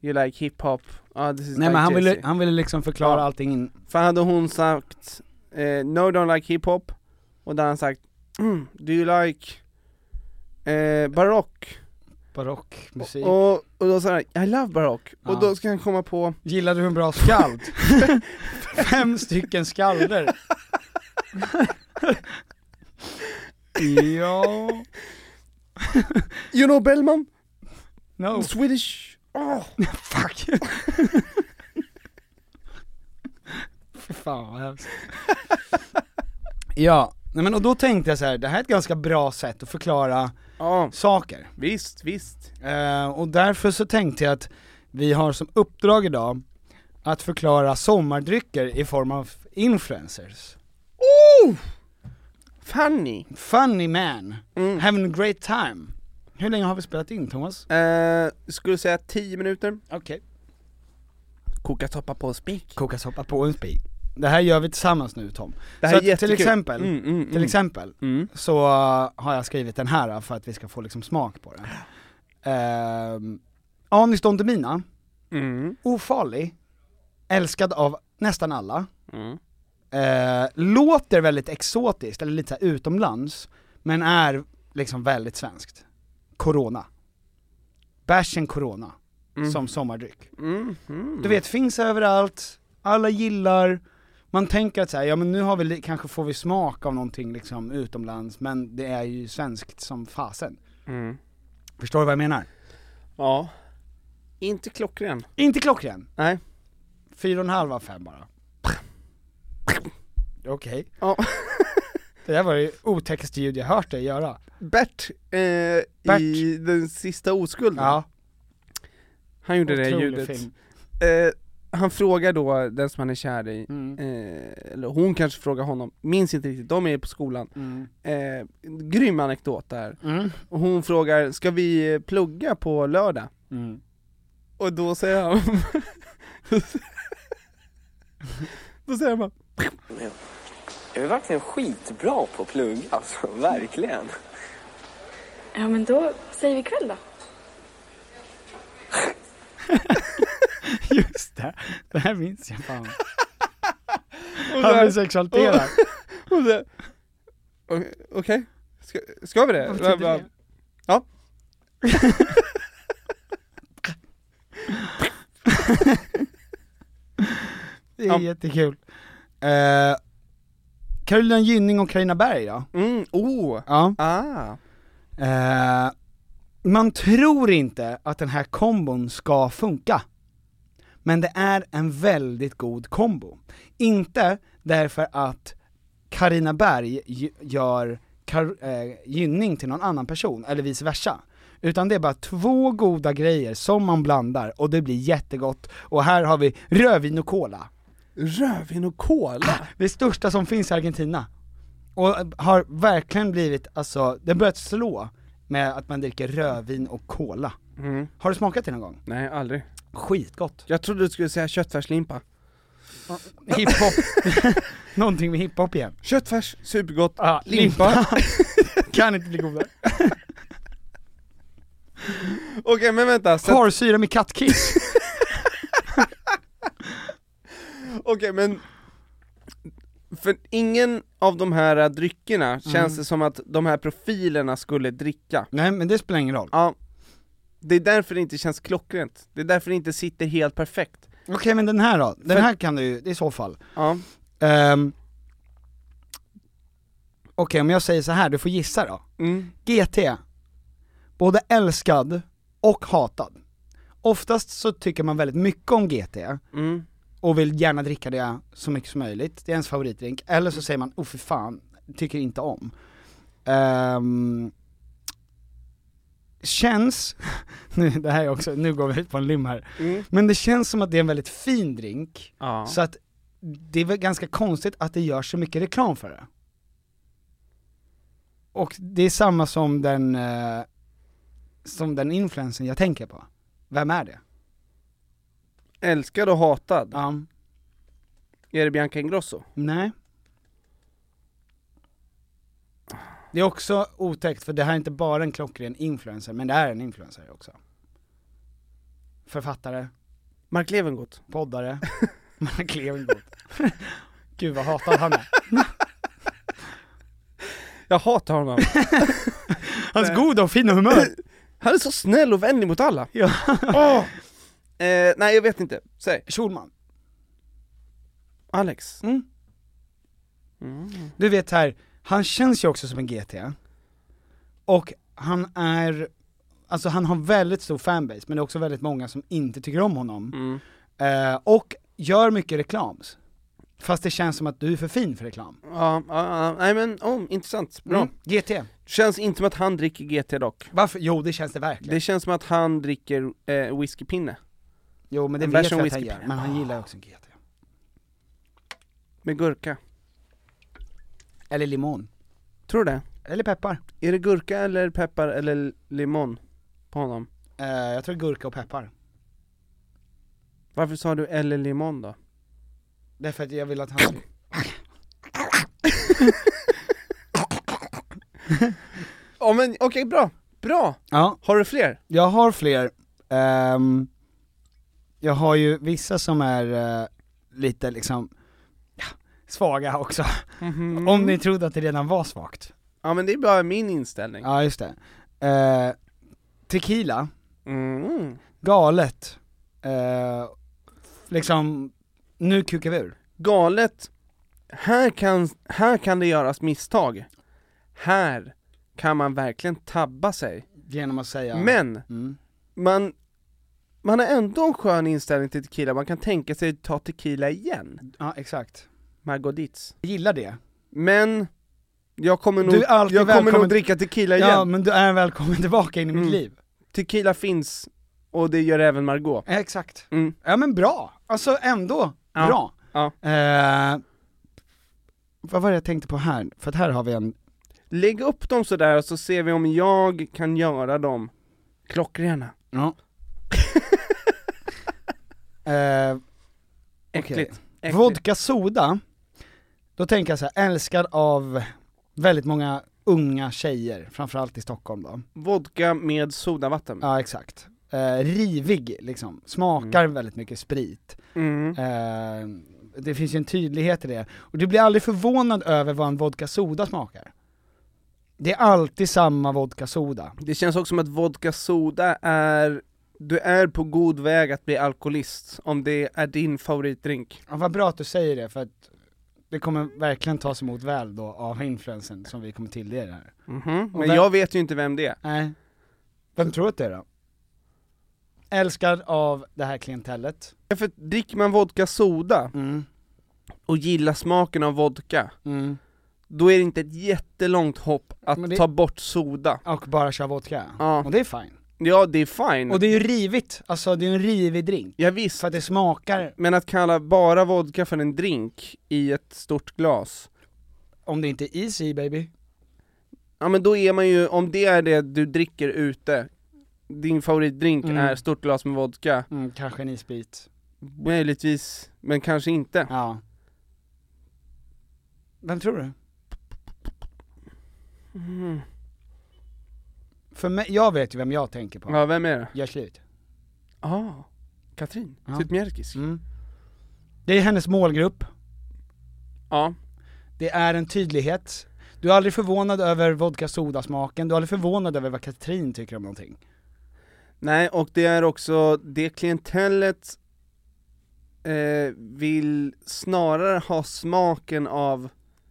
You like hiphop, ah, this
Nej
is
men
like
han ville,
Jay-Z.
han ville liksom förklara
Ja.
allting in.
För hade hon sagt eh, No don't like hiphop och då hade han sagt mm, Do you like eh, barock?
Barock, musik.
Och, och då sa han I love barock,
Ja.
och då ska han komma på
Gillade du en bra
(laughs)
skald? Fem stycken skalder. ja...
You know Bellman?
No.
Swedish? Oh.
(laughs) Fuck! Fy fan vad hemskt. Ja, nej men och då tänkte jag så här, det här är ett ganska bra sätt att förklara saker.
Visst, visst.
Eh, och därför så tänkte jag att vi har som uppdrag idag att förklara sommardrycker i form av influencers.
Oh! Funny!
Funny man, having a great time. Hur länge har vi spelat in Thomas?
Eh, skulle säga 10 minuter
Okej
Koka soppa på spik
Koka soppa på en spik Det här gör vi tillsammans nu Tom.
Det här
så
är
att till
jättekul.
exempel,
Mm, mm, mm.
till exempel, så uh, har jag skrivit den här uh, för att vi ska få liksom smak på den. Uh, Anis Don Demina,
Mm.
ofarlig, älskad av nästan alla,
Mm.
Eh, låter väldigt exotiskt, eller lite så här utomlands, men är liksom väldigt svenskt. Corona. Bärsen Corona,
Mm.
som sommardryck.
Mhm.
Du vet, finns överallt, alla gillar, man tänker att så här, ja men nu har vi, li- kanske får vi smak av någonting liksom utomlands, men det är ju svenskt som fasen.
Mm.
Förstår du vad jag menar?
Ja. Inte klockren.
Inte klockren.
Nej.
Fyra och en halv av fem bara. Okej.
Ja. (laughs)
det där var ju otäckaste ljud jag hört dig göra.
Bert, eh,
Bert.
i Den sista oskulden.
Ja.
Han gjorde det
Otrolig
ljudet.
film.
Eh, han frågar då den som han är kär i,
Mm.
eh, eller hon kanske frågar honom, minns inte riktigt, de är på skolan. Eh, grym anekdot där.
Mm.
Och hon frågar, ska vi plugga på lördag?
Mm.
Och då säger han (laughs) Då säger han bara,
Jag är verkligen skitbra på att plugga, alltså. Verkligen.
Ja, men då säger vi kväll då.
Just det, (laughs) det här minns jag fan.
(laughs)
Han
Och där-
blir så exalterad.
(laughs) och- och så- o- Okej, ska, ska vi det?
Vad
Jag
betyder
bara,
det?
Ja.
Det är jättekul. Eh, Carolina Gynning och Carina Berg då?
Mm, oh!
Ja.
Ah.
Eh, man tror inte att den här kombon ska funka. Men det är en väldigt god kombo. Inte därför att Karina Berg gy- gör Kar- eh, Gynning till någon annan person, eller vice versa. Utan det är bara två goda grejer som man blandar och det blir jättegott. Och här har vi rödvin och cola.
Rödvin och cola?
Det största som finns i Argentina. Och har verkligen blivit, alltså, det har börjat slå med att man dricker rödvin och cola.
Mm.
Har du smakat det någon gång?
Nej, aldrig.
Skitgott.
Jag trodde du skulle säga köttfärslimpa.
Hiphop,
(laughs)
någonting med hiphop igen.
Köttfärs, supergott,
ah,
limpa.
(laughs) kan inte bli godare.
Okej men vänta, så-
Harsyra med kattkiss.
Okej men, för ingen av de här äh, dryckerna känns det som att de här profilerna skulle dricka.
Nej men det spelar ingen roll.
Ja. Det är därför det inte känns klockrent, det är därför det inte sitter helt perfekt.
Okej men den här då, den
För-
här kan du ju, i så fall.
Ja.
Ehm, Okej om jag säger så här, du får gissa då.
Mm.
GT, både älskad och hatad. Oftast så tycker man väldigt mycket om GT,
Mm.
och vill gärna dricka det så mycket som möjligt, det är ens favoritdrink, eller så säger man oh för fan, tycker inte om. Ehm, känns, (laughs) nu, det här är också, nu går vi ut på en lim här,
Mm.
men det känns som att det är en väldigt fin drink,
Ja.
så att det är väl ganska konstigt att det görs så mycket reklam för det. Och det är samma som den, eh, som den influensen jag tänker på. Vem är det?
Älskad och hatad.
Ja.
Är det Bianca Ingrosso?
Nej. Det är också otäckt, för det här är inte bara en klockren influencer, men det är en influencer också. Författare,
Mark Levengood?
poddare, Mark Levengood. Gud vad hatad han är.
Jag hatar honom.
Hans goda och fina humör.
(laughs) Han är så snäll och vänlig mot alla.
Ja.
Eh, nej jag vet inte, säg.
Schulman.
Alex.
Mm. Du vet här, han känns ju också som en GT. Och han är, alltså han har väldigt stor fanbase, men det är också väldigt många som inte tycker om honom.
Mm.
Eh, och gör mycket reklam. Fast det känns som att du är för fin för reklam.
Ja, ja, ja. nej men, oh, intressant, bra.
Mm. GT.
Känns inte som att han dricker GT dock.
Varför? Jo det känns det verkligen.
Det känns som att han dricker eh, whiskypinne.
jo men det
En
vet
version
jag att han
whisky.
gör, men han gillar också en GT.
Med gurka.
Eller limon.
Tror du det?
Eller peppar.
Är det gurka eller peppar eller limon på honom?
Eh, jag tror gurka och peppar.
Varför sa du eller limon då?
Därför att jag vill att han...
Ja men okej, bra, bra!
Ja.
Har du fler?
Jag har fler. Ehm, jag har ju vissa som är eh, lite liksom ja, svaga också.
Mhm.
Om ni trodde att det redan var svagt.
Ja men det är bara min inställning.
Ja, just det. Eh, tequila,
Mm.
galet, eh, liksom, nu kukar vi ur.
Galet, här kan, här kan det göras misstag. Här kan man verkligen tabba sig.
Genom att säga...
Men,
Mm.
man, man har ändå en skön inställning till tequila, man kan tänka sig att ta tequila igen.
Ja, exakt.
Margodits.
Jag gillar det.
Men, jag kommer nog,
Du är alltid
jag kommer nog
välkommen-
dricka tequila igen.
Ja, men du är välkommen tillbaka in i mitt
Mm.
liv.
Tequila finns Och det gör även Margot.
Exakt. Ja men bra, alltså ändå
Mm. Ja.
bra.
Ja.
Eh, vad var det jag tänkte på här? För att här har vi en...
Lägg upp dem sådär och så ser vi om jag kan göra dem klockrena.
Ja. (laughs) eh, okej.
Äckligt. Äckligt.
Vodka soda, då tänker jag så här, älskad av väldigt många unga tjejer, framförallt i Stockholm då.
Vodka med sodavatten.
Ja exakt. Eh, rivig liksom, smakar väldigt mycket sprit. Eh, det finns ju en tydlighet i det. Och du blir aldrig förvånad över vad en vodka soda smakar. Det är alltid samma vodka soda.
Det känns också som att vodka soda är, du är på god väg att bli alkoholist om det är din favoritdrink.
Ja, vad bra att du säger det för att det kommer verkligen tas emot väl då av influensen som vi kommer tillge det här.
Mhm,
Och
Men
vem-
jag vet ju inte vem det är.
Nej. Vem tror att det är då? Älskad av det här klientellet.
Ja, för dricker man vodka soda
Mm.
och gillar smaken av vodka, då är det inte ett jättelångt hopp att
Men det-
ta bort soda.
Och bara köra vodka.
Ja.
Och det är fine.
Ja, det är fine.
Och det är ju rivigt, alltså det är en rivig drink.
Ja, visst.
För att det smakar,
Men att kalla bara vodka för en drink i ett stort glas,
om det inte är is i baby.
ja men då är man ju, om det är det du dricker ute, din favoritdrink
Mm.
är stort glas med vodka,
Mm, kanske en isbit.
möjligtvis, men kanske inte.
Ja. Vem tror du? Mm. För mig, jag vet ju vem jag tänker på.
Ja, vem är det?
Gör slut.
Ah, Katrin Typ
Ja.
Zytomierkic.
Mm. Det är hennes målgrupp.
Ja.
Det är en tydlighet. Du är aldrig förvånad över vodka soda smaken, du är aldrig förvånad över vad Katrin tycker om någonting.
Nej, och det är också, det klientellet eh, vill snarare ha smaken av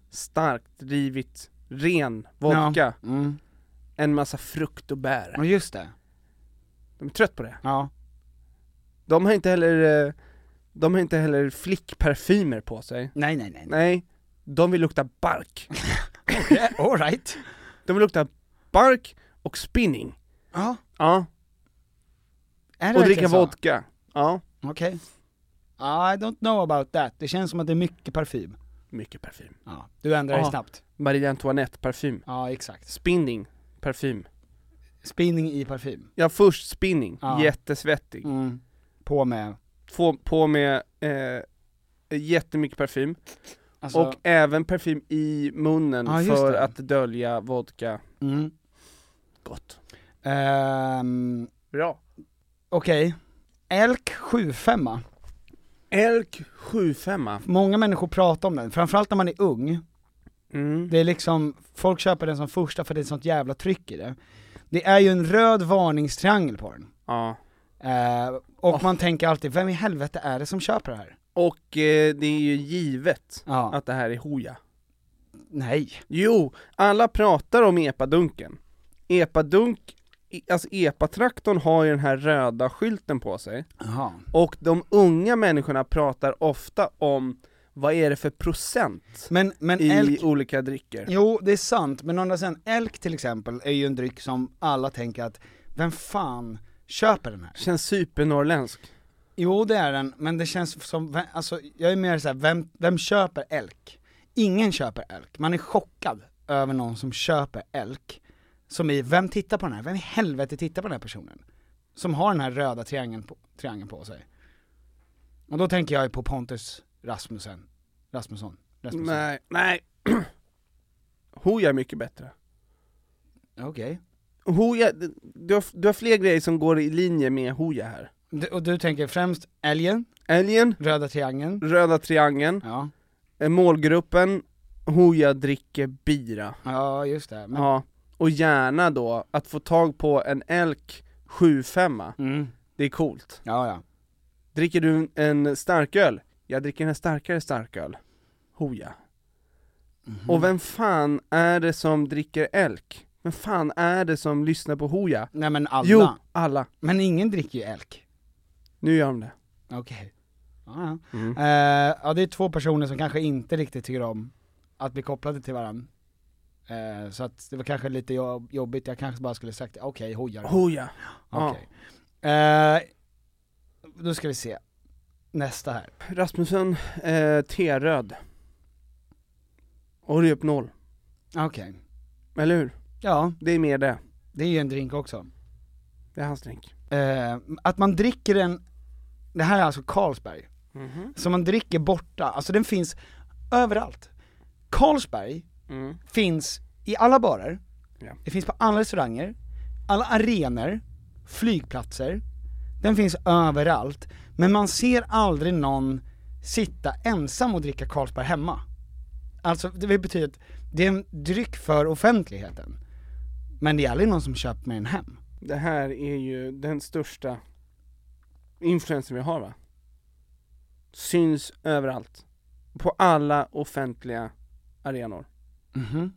starkt drivit ren vodka,
Ja. Mm.
än massa frukt och bär.
Ja just det.
De är trött på det.
Ja.
De har inte heller, eh, de har inte heller flickparfymer på sig.
Nej nej nej.
Nej, de vill lukta
(laughs)
bark.
Alright.
De vill lukta bark och spinning.
Ja.
Ja,
Är det
och dricka
verkligen så?
vodka. Ja,
Okej. I don't know about that. Det känns som att det är mycket parfym.
mycket parfym.
Ja. Du ändrar dig
Ja.
snabbt.
Marie Antoinette parfym.
Ja exakt.
Spinning parfym.
Spinning i parfym.
Ja, först spinning.
Ja.
Jättesvettig.
Mm. På med.
Få, på med eh, jättemycket parfym.
Alltså-
Och även parfym i munnen
Ja, just
för
det.
att dölja vodka.
Mm.
Gott.
Ehm,
Bra.
Okej. Elk 75
Elk 75.
Många människor pratar om den, framförallt när man är ung.
Mm.
Det är liksom, folk köper den som första för det är sånt jävla tryck i det. Det är ju en röd varningstriangel på den.
Ja.
Eh, och man tänker alltid, vem i helvete är det som köper det här?
Och eh, det är ju givet
Ja.
att det här är hoja.
Nej.
Jo, alla pratar om epadunken. Epadunk, i- alltså epatraktorn har ju den här röda skylten på sig.
Jaha.
Och de unga människorna pratar ofta om vad är det för procent
Men, men
i
elk,
olika drycker.
jo det är sant, men å andra sidan, elk till exempel är ju en dryck som alla tänker att, vem fan köper den här?
Känns supernorrländsk.
Jo det är den, men det känns som, ve- alltså jag är mer såhär, vem, vem köper elk? Ingen köper elk, man är chockad över någon som köper elk. Som i, vem tittar på den här? Vem i helvete tittar på den här personen? Som har den här röda triangeln på, triangeln på sig. Och då tänker jag ju på Pontus Rasmussen, Rasmusson, Rasmussen.
Nej, nej. (clears throat) hoja är mycket bättre.
Okej.
Hoja, du har, du har fler grejer som går i linje med hoja här.
Du- Och du tänker främst älgen,
Älgen,
röda triangeln,
röda triangeln,
ja,
Eh, målgruppen, hoja dricker bira.
ja just det. Men,
Ja, och gärna då att få tag på en elk 75
Mm.
det är coolt.
ja ja.
Dricker du en starköl? Jag dricker en starkare starköl. Hoja.
Mhm.
Och vem fan är det som dricker elk? Vem fan är det som lyssnar på hoja?
Nej men alla.
Jo, alla.
Men ingen dricker ju elk.
Nu gör de det.
Okej. Ja, ja. Eh, ja, det är två personer som kanske inte riktigt tycker om att bli kopplade till Eh, varandra. så att det var kanske lite jo- jobbigt, jag kanske bara skulle sagt okej, hojar.
Hoja.
Okej.
Ja.
Eh, då ska vi se. Nästa här.
Rasmussen, eh, T-röd. Orup 0.
Okej.
Eller hur?
Ja.
Det är mer det.
Det är ju en drink också.
Det är hans drink.
Eh, att man dricker en, det här är alltså Carlsberg,
Mhm.
som man dricker borta, alltså den finns överallt. Carlsberg
Mm.
finns i alla barer,
Ja.
det finns på alla restauranger, alla arenor, flygplatser, den finns överallt, men man ser aldrig någon sitta ensam och dricka Carlsberg hemma. Alltså det betyder att det är en dryck för offentligheten, men det är aldrig någon som köper med den hem.
Det här är ju den största influensen vi har va? Syns överallt. På alla offentliga arenor.
Mhm.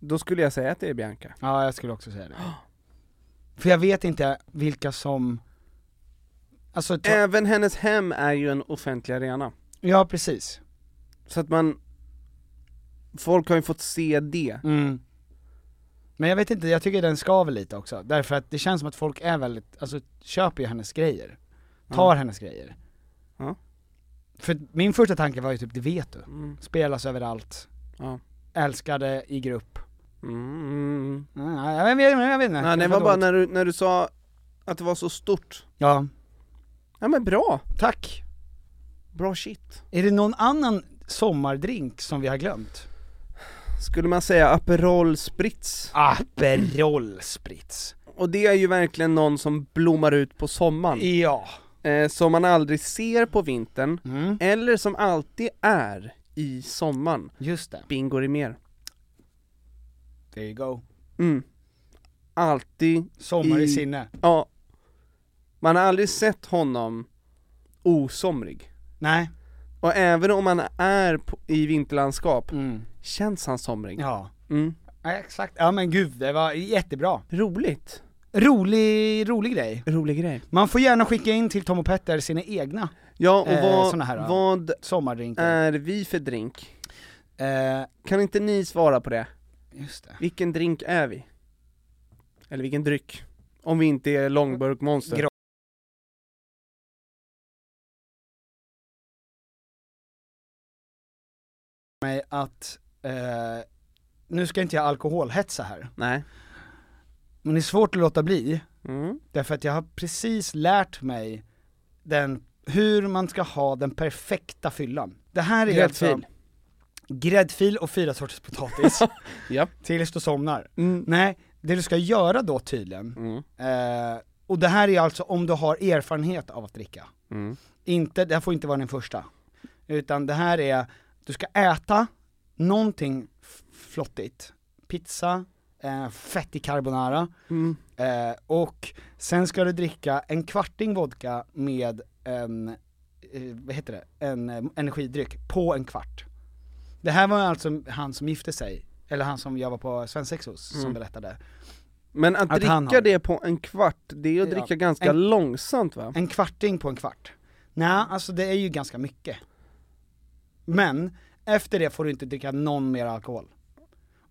Då skulle jag säga att det är Bianca.
Ja, jag skulle också säga det. (gasps) För jag vet inte vilka som, alltså ta...
Även hennes hem är ju en offentlig arena.
ja precis.
Så att man, folk har ju fått se det.
Mm. Men jag vet inte, jag tycker den skaver lite också, därför att det känns som att folk är väldigt, alltså köper ju hennes grejer, tar
Ja.
hennes grejer.
Ja.
För min första tanke var ju typ, det vet du.
Mm.
Spelas överallt,
Ja.
älskade i grupp.
Mm.
Nej, jag vet inte, jag vet inte.
Nej, det
Jag
var bara
fattar
när du, när du sa att det var så stort.
Ja.
Ja men bra!
Tack!
Bra shit.
Är det någon annan sommardrink som vi har glömt?
Skulle man säga Aperol Spritz?
Aperol Spritz.
Och det är ju verkligen någon som blommar ut på sommaren.
Ja.
Eh, som man aldrig ser på vintern,
Mm.
eller som alltid är i sommaren.
Just det.
Bingo mer.
There you go.
Mm. Alltid
Sommar i sinne.
Ja. Man har aldrig sett honom osomrig.
Nej.
Och även om han är på, i vinterlandskap, känns han somrig.
Mm. Ja.
Mm.
Ja, exakt, ja men gud det var jättebra.
Roligt.
Rolig, rolig grej.
Rolig grej.
Man får gärna skicka in till Tom och Petter sina egna
Ja, och
eh,
vad-
såna här,
vad
sommardrinkar.
Är vi för drink?
Eh.
kan inte ni svara på det?
Just det.
Vilken drink är vi? Eller vilken dryck? Om vi inte är långburkmonster.
Gra- mig att, eh, nu ska inte jag alkoholhetsa här,
Nej.
men det är svårt att låta bli,
Mm.
därför att jag har precis lärt mig den, hur man ska ha den perfekta fyllan. Det här är
Gräddfil.
alltså gräddfil och fyra sorters potatis,
Japp.
tills du somnar.
Mm.
Nej, det du ska göra då tydligen, eh, och det här är alltså om du har erfarenhet av att dricka.
Mm.
Inte, det här får inte vara den första. Utan det här är, du ska äta någonting f- flottigt. Pizza, eh, fettig carbonara.
Mm.
Eh, och sen ska du dricka en kvarting vodka med en, eh, vad heter det, en eh, energidryck på en kvart. Det här var alltså han som gifte sig, eller han som jag var på svensexa hos, som
Mm.
berättade.
Men att,
Att han
dricka
har-
det på en kvart, det är att
Ja.
dricka ganska
En-
långsamt va?
En kvarting på en kvart. Nej, alltså det är ju ganska mycket. Men, efter det får du inte dricka någon mer alkohol.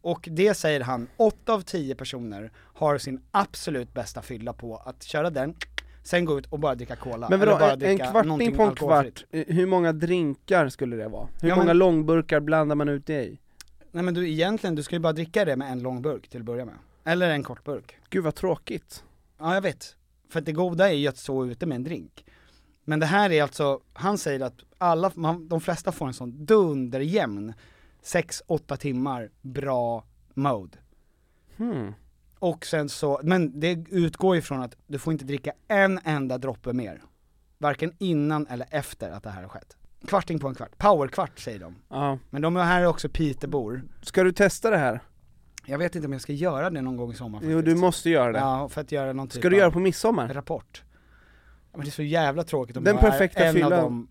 Och det säger han, 8 av 10 personer har sin absolut bästa fylla på att köra den, sen gå ut och bara dricka cola.
Men vadå,
eller bara
en- en
dricka
kvarting
någonting
på en
alkoholfritt.
kvart, eh, hur många drinkar skulle det vara? Hur
Ja, men-
många långburkar blandar man ut det i?
Nej men du egentligen, du ska ju bara dricka det med en lång burk till att börja med. Eller en kort burk.
Gud vad tråkigt.
Ja jag vet. För att det goda är ju att stå ute med en drink. Men det här är alltså, han säger att alla, man, de flesta får en sån dunderjämn 6-8 timmar bra mode.
Hmm.
Och sen så, men det utgår ju från att du får inte dricka en enda droppe mer. Varken innan eller efter att det här har skett. Kvarting på en kvart, powerkvart säger de.
Ja.
Men de här är också Pitebor.
Ska du testa det här?
Jag vet inte om jag ska göra det någon gång i sommar
Jo du måste göra det.
Ja, för att göra någon typ
Ska du göra
av
det på midsommar?
rapport. Ja, Men det är så jävla tråkigt om
Den
jag är
perfekta
en
fyllan.
av de,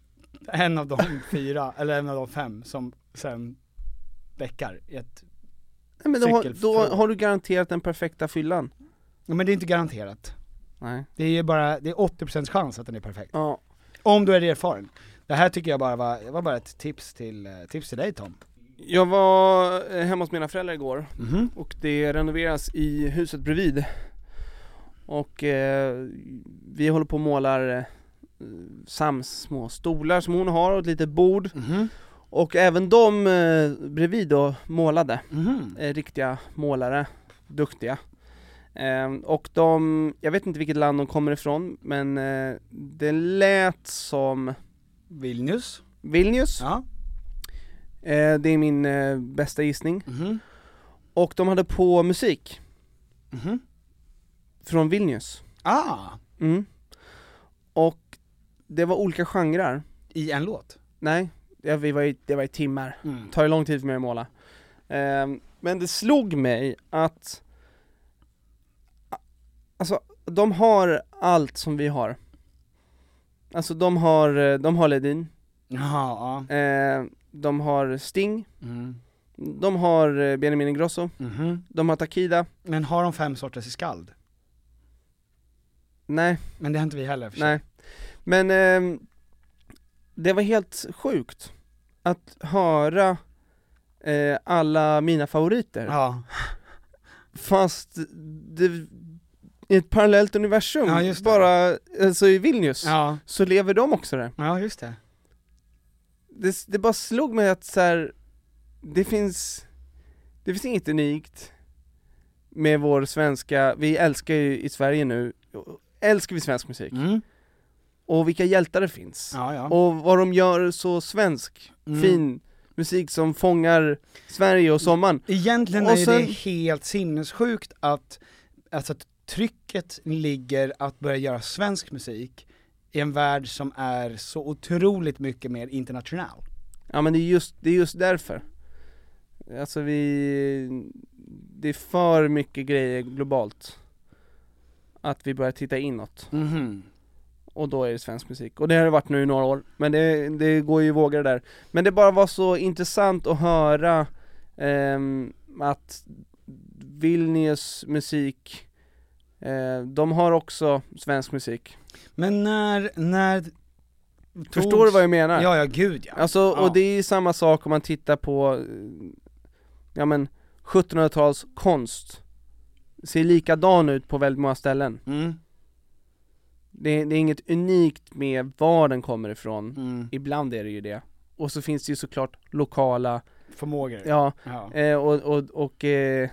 en av de (laughs) fyra, eller en av de fem som sen bäckar i ett
Nej, men då, har,
cykelfråga.
då har du garanterat den perfekta fyllan.
ja, men det är inte garanterat.
Nej.
Det är ju bara, det är 80% chans att den är perfekt.
Ja.
Om du är erfaren. Det här tycker jag bara var, det var bara ett tips till, eh, tips till dig Tom.
Jag var eh, hemma hos mina föräldrar igår
Mhm.
och det renoveras i huset bredvid. Och eh, vi håller på och målar eh, Sams små stolar som hon har och ett litet bord Och även de eh, bredvid då målade, eh, riktiga målare, duktiga eh, Och de, jag vet inte vilket land de kommer ifrån men eh, det lät som Vilnius Vilnius eh, Det är min eh, bästa gissning Och de hade på musik Mhm. från Vilnius. Ah! Mm. Och det var olika genrer. I en låt? Nej, det, vi var i, det var i timmar.
Mm.
tar ju lång tid för mig att måla. Ehm, men det slog mig att, alltså de har allt som vi har. Alltså de har, eh, de har Ledin. Jaha, ja. de har Sting. De har eh, Benjamin Ingrosso. De har Takida. Men har de fem sorters skald? Nej. Men det har inte vi heller
för sig.
Nej. Men ehm, det var helt sjukt att höra eh, alla mina favoriter. Ja. Fast det, i ett parallellt universum,
Ja, just det.
bara alltså i Vilnius,
Ja.
så lever de också där.
Ja, just det.
Det, det bara slog mig att så här, det finns, det finns inget unikt med vår svenska, vi älskar ju i Sverige nu, älskar vi svensk musik.
Mm.
Och vilka hjältar det finns. Mm. Och vad de gör så svensk,
Mm.
fin musik som fångar Sverige och sommaren.
Egentligen
och
är ju det
sen-
helt sinnessjukt att, alltså att trycket ligger att börja göra svensk musik i en värld som är så otroligt mycket mer internationell.
Ja men det är just, det är just därför. Alltså vi, det är för mycket grejer globalt. Att vi börjar titta inåt.
Mm.
Och då är det svensk musik. Och det har det varit nu i några år, men det, det går ju i vågor där. Men det bara var så intressant att höra ehm, att Vilnius musik, eh, de har också svensk musik.
Men när, när
Förstår du vad jag menar?
Ja, ja, gud ja.
Alltså,
Ja.
och det är ju samma sak om man tittar på, eh, ja men, 1700-tals konst Ser likadan ut på väldigt många ställen
Mm.
det, det är inget unikt med var den kommer ifrån,
Mm.
ibland är det ju det Och så finns det ju såklart lokala
Förmågor.
Ja,
Ja.
Eh, och, och, och eh,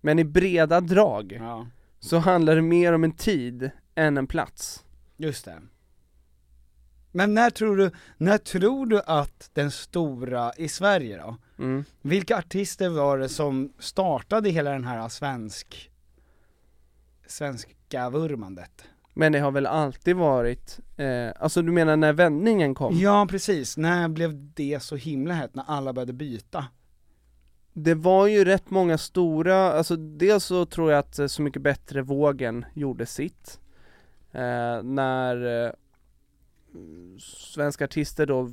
men i breda drag så handlar det mer om en tid än en plats
Just det. Men när tror du, när tror du att den stora i Sverige då, vilka artister var det som startade hela den här svensk, svenska vurmandet?
Men det har väl alltid varit, eh, alltså du menar när vändningen kom?
Ja precis, när blev det så himla hett, när alla började byta?
Det var ju rätt många stora, alltså dels så tror jag att eh, Så Mycket Bättre-vågen gjorde sitt. Eh, när eh, svenska artister då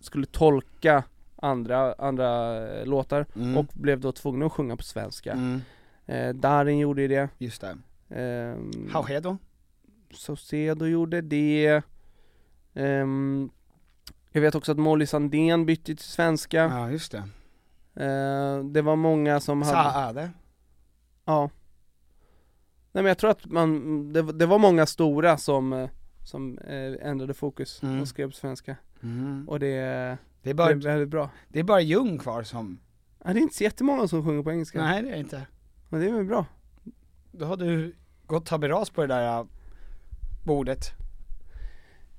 skulle tolka andra, andra eh, låtar och blev då tvungna att sjunga på svenska.
Mm.
Eh, Darin gjorde ju det.
Just det.
Ehm,
Hauhedo?
Saucedo gjorde det. Ehm, jag vet också att Molly Sandén bytte till svenska. Ehm,
Ja, just det.
det var många som hade...
Saade?
Ja. Nej men jag tror att man, det, var- det var många stora som, eh, som eh, ändrade fokus
Mm.
och skrev på svenska. Och det,
Det är bara-
blev väldigt bra.
Det är bara Jung kvar som...
Ja, det är inte så jättemånga som sjunger på engelska.
Nej det är det inte.
Men det är väl bra.
Då har du gått taberas på det där äh, bordet.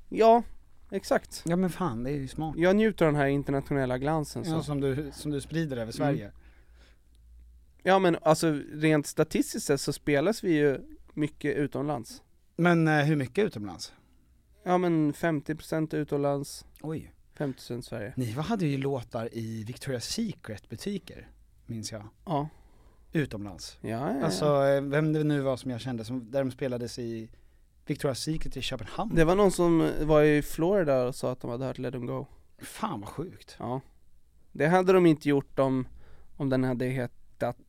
Ja, exakt.
Ja men fan, det är ju smart. Alltså.
Jag njuter av den här internationella glansen
Ja, som, du, som du sprider över Sverige.
Ja men alltså rent statistiskt sett så spelas vi ju mycket utomlands.
Men eh, hur mycket utomlands?
Ja men 50% utomlands,
Oj.
50% Sverige.
Niva hade ju låtar i Victoria's Secret butiker, minns jag.
Ja.
Utomlands.
Ja, ja, ja.
Alltså eh, vem det nu var som jag kände, som, där de spelades i Victoria's Secret i Köpenhamn.
Det var någon som var i Florida och sa att de hade hört Let 'em go.
Fan vad sjukt.
Ja. Det hade de inte gjort om, om den hade hetat...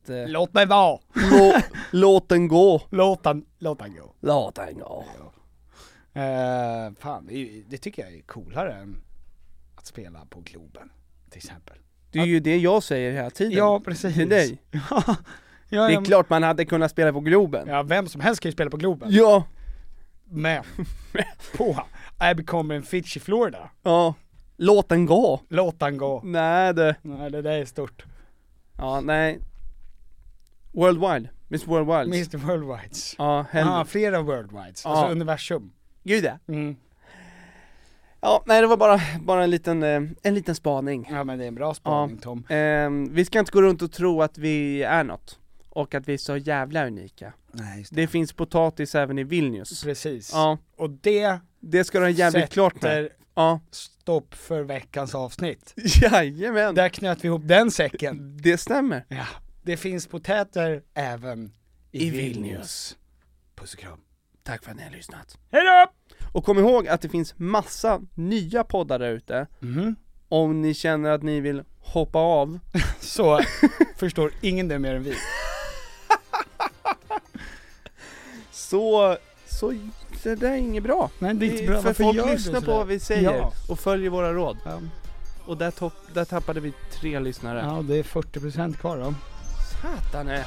Eh,
Låt mig vara!
Lå, låt den gå!
Låt den, låt den gå.
Låt den gå.
Eh, fan, det, är ju- det tycker jag är coolare än att spela på Globen, till exempel.
Det är ju det jag säger hela tiden.
(laughs) Ja, precis.
Till dig.
Ja,
det är
ja, men-
klart man hade kunnat spela på Globen.
Ja, vem som helst kan ju spela på Globen.
Ja. (laughs)
Men, på I become a fish i Florida.
Ja. Låt den gå.
Låt den gå.
Nej du.
Nej, det där är stort.
Ja, nej. Worldwide. Miss Worldwide.
Mr Worldwides.
Ja, helvete.
ah, flera Worldwides.
Ja.
Alltså universum.
Gud ja.
Mm.
Ja, nej det var bara, bara en liten, eh, en liten spaning.
Ja men det är en bra Mm, spaning
Ja.
Tom.
Ehm, vi ska inte gå runt och tro att vi är något. Och att vi är så jävla unika.
Nej, just
det. finns potatis även i Vilnius.
Precis.
Ja.
Och det
Det ska du ha jävligt klart med.
sätter (laughs)
Ja.
stopp för veckans avsnitt.
Jajamän!
Där knöt vi ihop den
(laughs)
säcken.
Det stämmer.
Ja. Det finns potäter även i,
I
Vilnius.
Vilnius.
Puss och kram.
Tack för att ni har lyssnat.
Hejdå!
Och kom ihåg att det finns massa nya poddar där ute.
Mhm.
Om ni känner att ni vill hoppa av. (laughs)
Så förstår ingen det mer än vi.
Så, så det där är inget bra.
Nej, det är inte bra.
För
Varför gör
folk
du
lyssnar på
sådär?
vad vi säger
Ja.
och följer våra råd. Och där, topp, där tappade vi tre lyssnare.
Ja, det är 40% kvar då.
Satan eh. är.